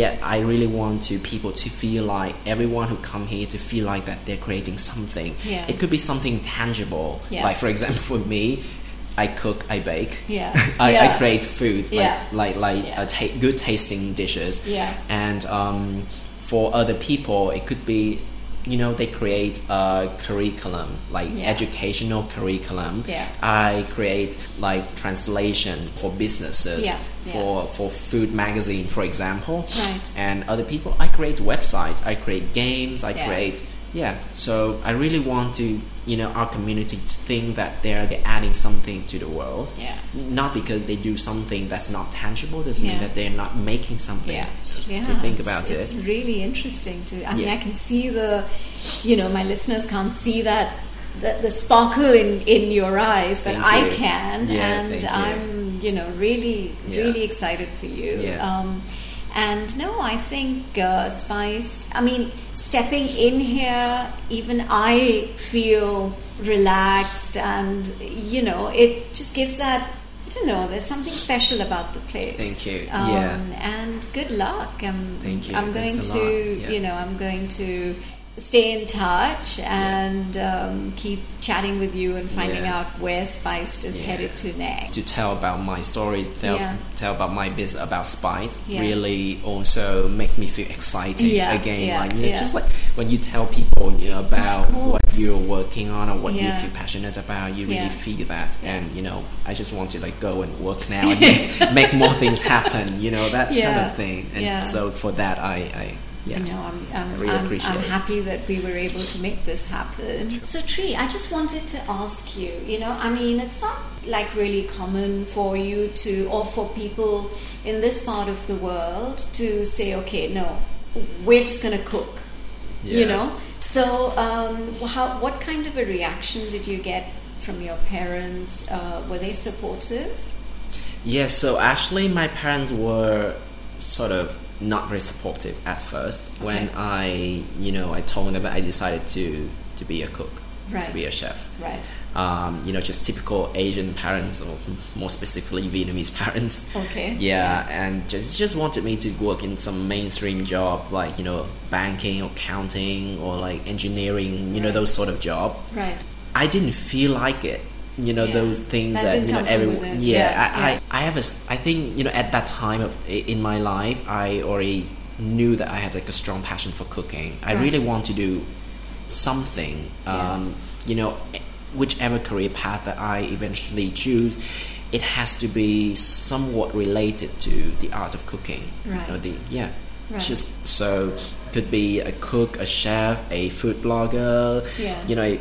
Speaker 3: yeah, I really want to people to feel like everyone who come here to feel like that they're creating something.
Speaker 2: Yeah.
Speaker 3: It could be something tangible.
Speaker 2: Yeah.
Speaker 3: Like for example, for me. I cook, I bake.
Speaker 2: Yeah.
Speaker 3: I,
Speaker 2: Yeah.
Speaker 3: I create food, like
Speaker 2: Yeah.
Speaker 3: like, like
Speaker 2: Yeah.
Speaker 3: uh, ta- good tasting dishes
Speaker 2: Yeah.
Speaker 3: and um, for other people it could be you know they create a curriculum like
Speaker 2: Yeah.
Speaker 3: educational curriculum
Speaker 2: Yeah.
Speaker 3: i create like translation for businesses
Speaker 2: Yeah, yeah.
Speaker 3: for for food magazine for example
Speaker 2: Right.
Speaker 3: and other people i create websites i create games i
Speaker 2: Yeah.
Speaker 3: create yeah so i really want to you know our community to think that they're adding something to the world
Speaker 2: Yeah.
Speaker 3: not because they do something that's not tangible doesn't mean
Speaker 2: Yeah.
Speaker 3: that they're not making something
Speaker 2: yeah. yeah.
Speaker 3: to think
Speaker 2: it's-
Speaker 3: about
Speaker 2: It's
Speaker 3: it.
Speaker 2: really interesting to, I mean, I
Speaker 3: Yeah.
Speaker 2: can see the, you know, my listeners can't see that, the, the sparkle in, in your eyes, but
Speaker 3: Thank
Speaker 2: I
Speaker 3: you.
Speaker 2: can.
Speaker 3: Yeah,
Speaker 2: and
Speaker 3: thank you.
Speaker 2: I'm, you know, really,
Speaker 3: Yeah.
Speaker 2: really excited for you.
Speaker 3: Yeah.
Speaker 2: Um, and no, I think uh, Spiced, I mean, stepping in here, even I feel relaxed and, you know, it just gives that. I don't know. There's something special about the place.
Speaker 3: Thank you.
Speaker 2: Um,
Speaker 3: Yeah.
Speaker 2: and good luck. I'm,
Speaker 3: Thank you.
Speaker 2: I'm going
Speaker 3: Thanks a lot.
Speaker 2: to,
Speaker 3: Yeah.
Speaker 2: you know, I'm going to stay in touch and um, keep chatting with you and finding
Speaker 3: Yeah.
Speaker 2: out where Spiced is
Speaker 3: Yeah.
Speaker 2: headed to next.
Speaker 3: To tell about my stories, tell,
Speaker 2: Yeah.
Speaker 3: tell about my business, about Spite,
Speaker 2: Yeah.
Speaker 3: really also makes me feel excited
Speaker 2: Yeah,
Speaker 3: again.
Speaker 2: yeah,
Speaker 3: like you know,
Speaker 2: yeah.
Speaker 3: just like when you tell people you know, about what
Speaker 2: course.
Speaker 3: you're working on or what
Speaker 2: Yeah.
Speaker 3: you feel passionate about, you really
Speaker 2: Yeah.
Speaker 3: feel that. And you know, I just want to like go and work now and make more things happen. You know, that kind
Speaker 2: Yeah,
Speaker 3: of thing. And
Speaker 2: yeah.
Speaker 3: so for that, I, I yeah,
Speaker 2: You know, I'm,
Speaker 3: I
Speaker 2: I'm,
Speaker 3: really
Speaker 2: I'm,
Speaker 3: appreciate
Speaker 2: I'm
Speaker 3: it.
Speaker 2: happy that we were able to make this happen. So, Tree, I just wanted to ask you, you know, I mean, it's not like really common for you to, or for people in this part of the world to say, okay, no, we're just going to cook, you
Speaker 3: Yeah.
Speaker 2: know? So, um, how, what kind of a reaction did you get from your parents? Uh, were they supportive?
Speaker 3: Yeah, so actually, my parents were sort of not very supportive at first when I, you know, I told them that I decided to to be a cook, to
Speaker 2: Right.
Speaker 3: be a chef.
Speaker 2: Right.
Speaker 3: Um, you know, just typical Asian parents, or more specifically Vietnamese parents.
Speaker 2: Okay.
Speaker 3: Yeah, and just just wanted me to work in some mainstream job, like you know, banking or accounting or like engineering. You know,
Speaker 2: Right.
Speaker 3: those sort of job.
Speaker 2: Right.
Speaker 3: I didn't feel like it. You know
Speaker 2: Yeah.
Speaker 3: those things
Speaker 2: That
Speaker 3: that,
Speaker 2: didn't
Speaker 3: you know
Speaker 2: come from
Speaker 3: everyone.
Speaker 2: within.
Speaker 3: Yeah,
Speaker 2: Yeah,
Speaker 3: I,
Speaker 2: yeah.
Speaker 3: I, I have a. s- I think you know at that time of, i- in my life, I already knew that I had like a strong passion for cooking. I
Speaker 2: Right.
Speaker 3: really want to do something.
Speaker 2: Yeah.
Speaker 3: Um, You know, eh, whichever career path that I eventually choose, it has to be somewhat related to the art of cooking.
Speaker 2: Right.
Speaker 3: Or the, yeah.
Speaker 2: Right.
Speaker 3: Just so could be a cook, a chef, a food blogger.
Speaker 2: Yeah.
Speaker 3: You know,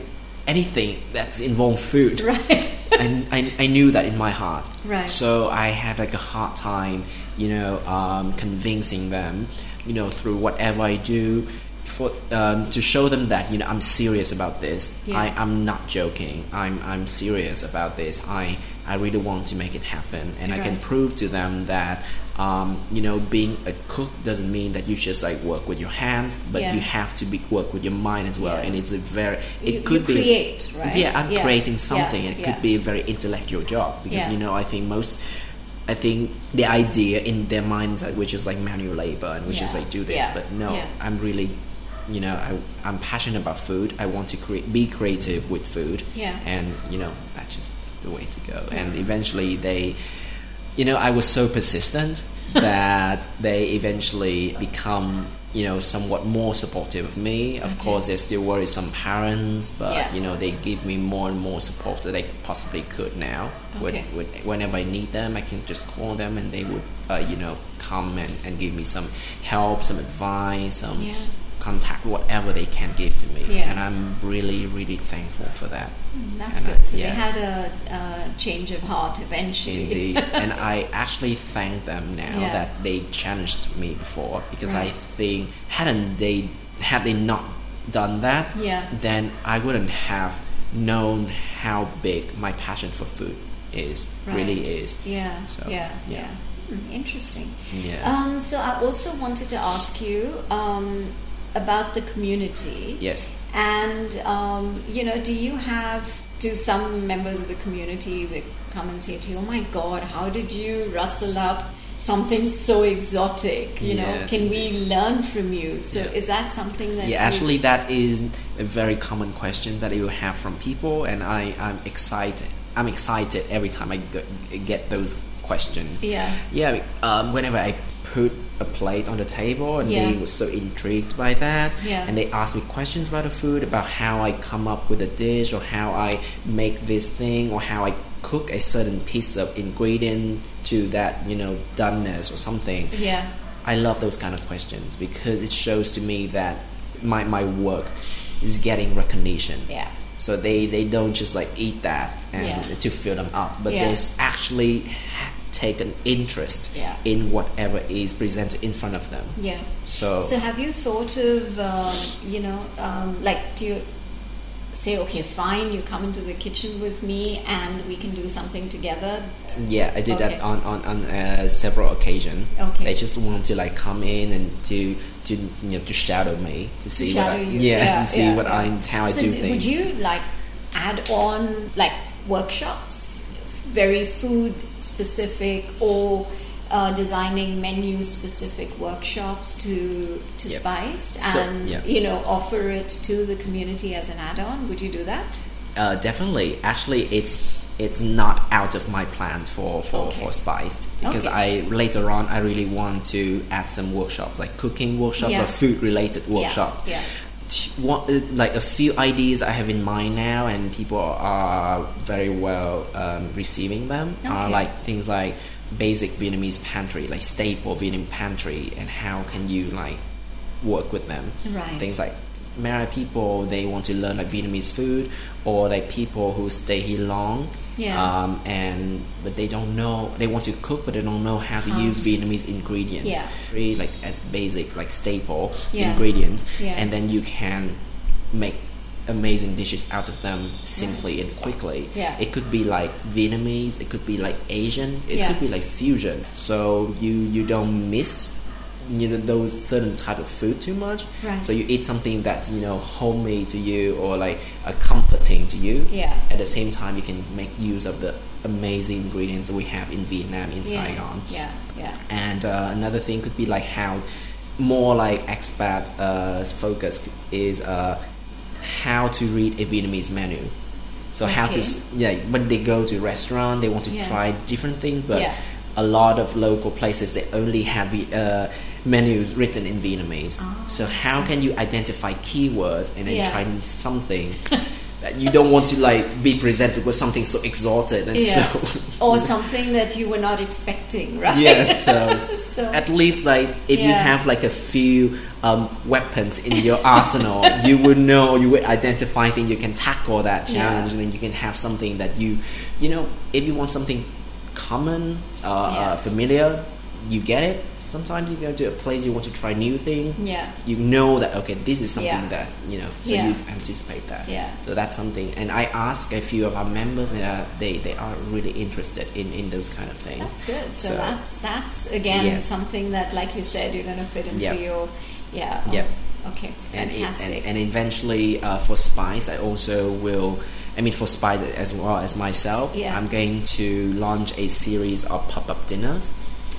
Speaker 3: anything that's involved food.
Speaker 2: Right.
Speaker 3: I, I, I knew that in my heart.
Speaker 2: Right.
Speaker 3: So I had like a hard time, you know, um, convincing them, you know, through whatever I do, for um, to show them that you know I'm serious about this.
Speaker 2: Yeah.
Speaker 3: I, I'm not joking. I'm I'm serious about this. I I really want to make it happen, and I can
Speaker 2: Right.
Speaker 3: prove to them that. Um, you know, being a cook doesn't mean that you just like work with your hands, but
Speaker 2: Yeah.
Speaker 3: you have to be work with your mind as well.
Speaker 2: Yeah.
Speaker 3: And it's a very
Speaker 2: You-
Speaker 3: it
Speaker 2: you
Speaker 3: could be
Speaker 2: create, right?
Speaker 3: Yeah, I'm
Speaker 2: Yeah.
Speaker 3: creating something,
Speaker 2: Yeah.
Speaker 3: and it
Speaker 2: Yeah.
Speaker 3: could be a very intellectual job because
Speaker 2: Yeah.
Speaker 3: you know I think most I think the idea in their minds that which is like manual labor and which is
Speaker 2: Yeah.
Speaker 3: like do this
Speaker 2: Yeah.
Speaker 3: but no
Speaker 2: Yeah.
Speaker 3: I'm really you know I, I'm passionate about food I want to create be creative with food
Speaker 2: Yeah.
Speaker 3: and you know that's just the way to go and eventually they you know I was so persistent that they eventually become you know somewhat more supportive of me of course there's still worry some parents but
Speaker 2: Yeah.
Speaker 3: you know they give me more and more support that they possibly could now
Speaker 2: Okay.
Speaker 3: when, when, whenever I need them, I can just call them and they would, uh, you know, come and, and give me some help, some advice, some
Speaker 2: Yeah.
Speaker 3: contact whatever they can give to me,
Speaker 2: Yeah. Mm-hmm.
Speaker 3: and I'm really really thankful for that.
Speaker 2: That's
Speaker 3: And I-
Speaker 2: good. So
Speaker 3: yeah.
Speaker 2: they had a, uh change of heart eventually.
Speaker 3: Indeed. and I actually thank them now
Speaker 2: Yeah.
Speaker 3: that they challenged me before because I
Speaker 2: Right.
Speaker 3: think hadn't they had they not done that,
Speaker 2: Yeah.
Speaker 3: then I wouldn't have known how big my passion for food is really
Speaker 2: Right.
Speaker 3: is.
Speaker 2: Yeah.
Speaker 3: So,
Speaker 2: yeah. Yeah.
Speaker 3: yeah.
Speaker 2: Hmm, interesting.
Speaker 3: Yeah.
Speaker 2: Um, so I also wanted to ask you um, about the community.
Speaker 3: Yes.
Speaker 2: And um, you know, do you have? Do some members of the community that come and say to you, "Oh my God, how did you rustle up something so exotic? You know,
Speaker 3: Yes,
Speaker 2: can we learn from you?" So is that something that
Speaker 3: yeah
Speaker 2: you-
Speaker 3: actually that is a very common question that you have from people and i i'm excited i'm excited every time i go- get those questions
Speaker 2: Yeah.
Speaker 3: yeah um, whenever i put a plate on the table and they
Speaker 2: Yeah.
Speaker 3: were so intrigued by that
Speaker 2: Yeah.
Speaker 3: and they asked me questions about the food about how i come up with a dish or how i make this thing or how i cook a certain piece of ingredient to that you know doneness or something
Speaker 2: yeah,
Speaker 3: I love those kind of questions because it shows to me that my, my work is getting recognition.
Speaker 2: Yeah.
Speaker 3: So they, they don't just like eat that and
Speaker 2: Yeah.
Speaker 3: to fill them up, but
Speaker 2: Yeah.
Speaker 3: they s- actually ha- take an interest
Speaker 2: Yeah.
Speaker 3: in whatever is presented in front of them.
Speaker 2: yeah.
Speaker 3: So,
Speaker 2: So have you thought of, um, you know, um, like do you say, okay, fine, you come into the kitchen with me and we can do something together?
Speaker 3: yeah, I did
Speaker 2: Okay.
Speaker 3: that on on, on uh, several occasions.
Speaker 2: Okay.
Speaker 3: They just want to like come in and to to you know to shadow me to see
Speaker 2: shadow
Speaker 3: what I,
Speaker 2: you?
Speaker 3: yeah, to see
Speaker 2: yeah,
Speaker 3: what
Speaker 2: yeah.
Speaker 3: I'm how
Speaker 2: So
Speaker 3: I do
Speaker 2: d-
Speaker 3: things.
Speaker 2: Would you like add on like workshops, very food specific or uh, designing menu specific workshops to to
Speaker 3: Yep.
Speaker 2: Spiced
Speaker 3: So-
Speaker 2: and
Speaker 3: yeah.
Speaker 2: you know offer it to the community as an add on? Would you do that?
Speaker 3: Uh, definitely. Actually, it's it's not out of my plan for for,
Speaker 2: Okay.
Speaker 3: for spiced because
Speaker 2: Okay.
Speaker 3: I later on I really want to add some workshops like cooking workshops
Speaker 2: Yeah.
Speaker 3: or food related workshops.
Speaker 2: yeah.
Speaker 3: T- What, uh, like a few ideas I have in mind now, and people are very well um, receiving them. Are
Speaker 2: Okay.
Speaker 3: like things like basic Vietnamese pantry, like staple Vietnamese pantry, and how can you like work with them?
Speaker 2: Right.
Speaker 3: Things like Malay people they want to learn like Vietnamese food or like people who stay here long
Speaker 2: Yeah.
Speaker 3: um, and but they don't know they want to cook but they don't know how to use Vietnamese ingredients
Speaker 2: Yeah.
Speaker 3: really like as basic like staple
Speaker 2: Yeah.
Speaker 3: ingredients
Speaker 2: Yeah.
Speaker 3: and then you can make amazing dishes out of them simply and quickly
Speaker 2: Yeah.
Speaker 3: it could be like Vietnamese it could be like Asian it
Speaker 2: Yeah.
Speaker 3: could be like fusion so you you don't miss you know those certain type of food too much
Speaker 2: Right.
Speaker 3: so you eat something that's you know homemade to you or like uh, comforting to you
Speaker 2: Yeah.
Speaker 3: at the same time you can make use of the amazing ingredients that we have in vietnam in
Speaker 2: Yeah.
Speaker 3: saigon
Speaker 2: Yeah, yeah.
Speaker 3: and uh, another thing could be like how more like expat uh, focus is uh, how to read a Vietnamese menu. So how to
Speaker 2: Okay.
Speaker 3: s- yeah when they go to restaurant they want to
Speaker 2: Yeah.
Speaker 3: try different things but
Speaker 2: Yeah.
Speaker 3: a lot of local places they only have the, uh, menus written in Vietnamese. so how can you identify keywords and then
Speaker 2: Oh, Yeah.
Speaker 3: try something that you don't want to like be presented with something so exalted and
Speaker 2: Yeah.
Speaker 3: so
Speaker 2: or something that you were not expecting, right?
Speaker 3: Yes, so,
Speaker 2: So-
Speaker 3: at least like if you
Speaker 2: Yeah.
Speaker 3: have like a few um, weapons in your arsenal, you would know, you would identify things you can tackle that
Speaker 2: Yeah.
Speaker 3: challenge, and then you can have something that you, you know, if you want something common, uh,
Speaker 2: Yeah.
Speaker 3: uh, familiar, you get it. Sometimes you go to a place you want to try new thing.
Speaker 2: Yeah.
Speaker 3: You know that okay, this is something
Speaker 2: Yeah.
Speaker 3: that you know, so
Speaker 2: Yeah.
Speaker 3: you anticipate that.
Speaker 2: Yeah.
Speaker 3: So that's something, and I ask a few of our members, and uh, they they are really interested in in those kind of things.
Speaker 2: That's good. So,
Speaker 3: So-
Speaker 2: that's that's again
Speaker 3: Yeah.
Speaker 2: something that, like you said, you're going to fit into
Speaker 3: Yeah.
Speaker 2: your yeah. oh,
Speaker 3: Yeah.
Speaker 2: Okay.
Speaker 3: and, it-
Speaker 2: Fantastic.
Speaker 3: and, and eventually uh, for spice i also will i mean for spice as well as myself
Speaker 2: Yeah.
Speaker 3: i'm going to launch a series of pop-up dinners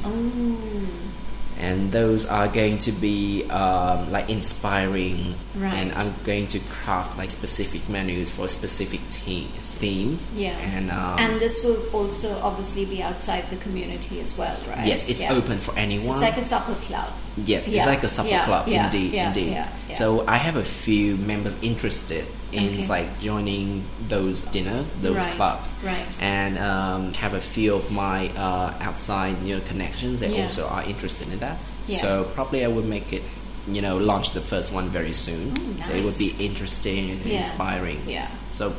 Speaker 2: Oh.
Speaker 3: Um, and those are going to be um, like inspiring
Speaker 2: Right.
Speaker 3: and i'm going to craft like specific menus for specific te- themes
Speaker 2: yeah.
Speaker 3: and um,
Speaker 2: And this will also obviously be outside the community as well, right?
Speaker 3: yes it's
Speaker 2: Yeah.
Speaker 3: open for anyone
Speaker 2: So it's like a supper club.
Speaker 3: Yes,
Speaker 2: Yeah,
Speaker 3: it's like a supper
Speaker 2: yeah,
Speaker 3: club,
Speaker 2: yeah,
Speaker 3: indeed,
Speaker 2: yeah,
Speaker 3: indeed.
Speaker 2: yeah, yeah.
Speaker 3: So I have a few members interested in
Speaker 2: Okay.
Speaker 3: like joining those dinners, those
Speaker 2: Right,
Speaker 3: clubs,
Speaker 2: right.
Speaker 3: And um, have a few of my uh, outside you know connections that
Speaker 2: Yeah.
Speaker 3: also are interested in that.
Speaker 2: Yeah.
Speaker 3: So probably I will make it you know, launch the first one very soon.
Speaker 4: Oh,
Speaker 3: So it would be
Speaker 4: nice.
Speaker 3: interesting and
Speaker 4: Yeah.
Speaker 3: inspiring.
Speaker 4: Yeah.
Speaker 3: So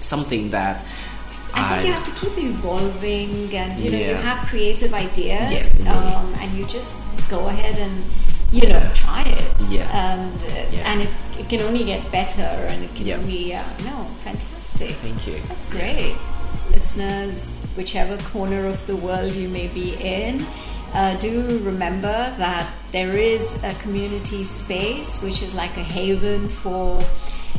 Speaker 3: something that
Speaker 4: I think you have to keep evolving, and you know you
Speaker 3: Yeah.
Speaker 4: have creative ideas,
Speaker 3: Yes, indeed.
Speaker 4: um, and you just go ahead and you know
Speaker 3: Yeah.
Speaker 4: try it,
Speaker 3: Yeah.
Speaker 4: and uh,
Speaker 3: Yeah.
Speaker 4: and it, it can only get better, and it can
Speaker 3: Yeah.
Speaker 4: only uh, no fantastic.
Speaker 3: Thank you.
Speaker 4: That's great, listeners, whichever corner of the world you may be in. Uh, do remember that there is a community space which is like a haven for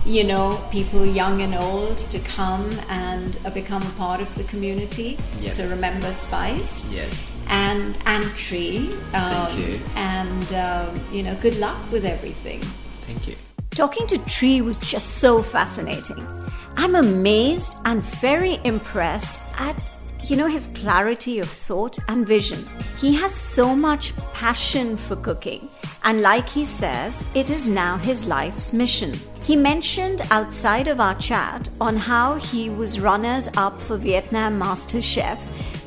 Speaker 4: you know, people young and old to come and uh, become a part of the community.
Speaker 3: Yeah.
Speaker 4: So remember Spiced.
Speaker 3: Yes.
Speaker 4: And and Tree. Um,
Speaker 3: Thank you.
Speaker 4: And um, you know, good luck with everything.
Speaker 3: Thank you.
Speaker 2: Talking to Tree was just so fascinating. I'm amazed and very impressed at, you know, his clarity of thought and vision. He has so much passion for cooking, and like he says, it is now his life's mission. He mentioned outside of our chat on how he was runners up for Vietnam Master Chef,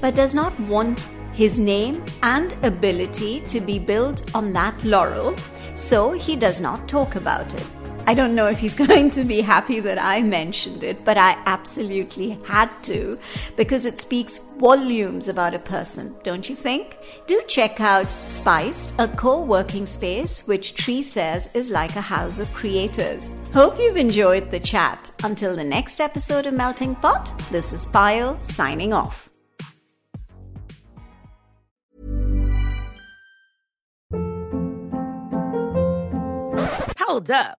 Speaker 2: but does not want his name and ability to be built on that laurel so he does not talk about it. I don't know if he's going to be happy that I mentioned it, but I absolutely had to because it speaks volumes about a person, don't you think? Do check out Spiced, a co working space which Tree says is like a house of creators. Hope you've enjoyed the chat. Until the next episode of Melting Pot, this is Pyle signing off.
Speaker 5: Hold up.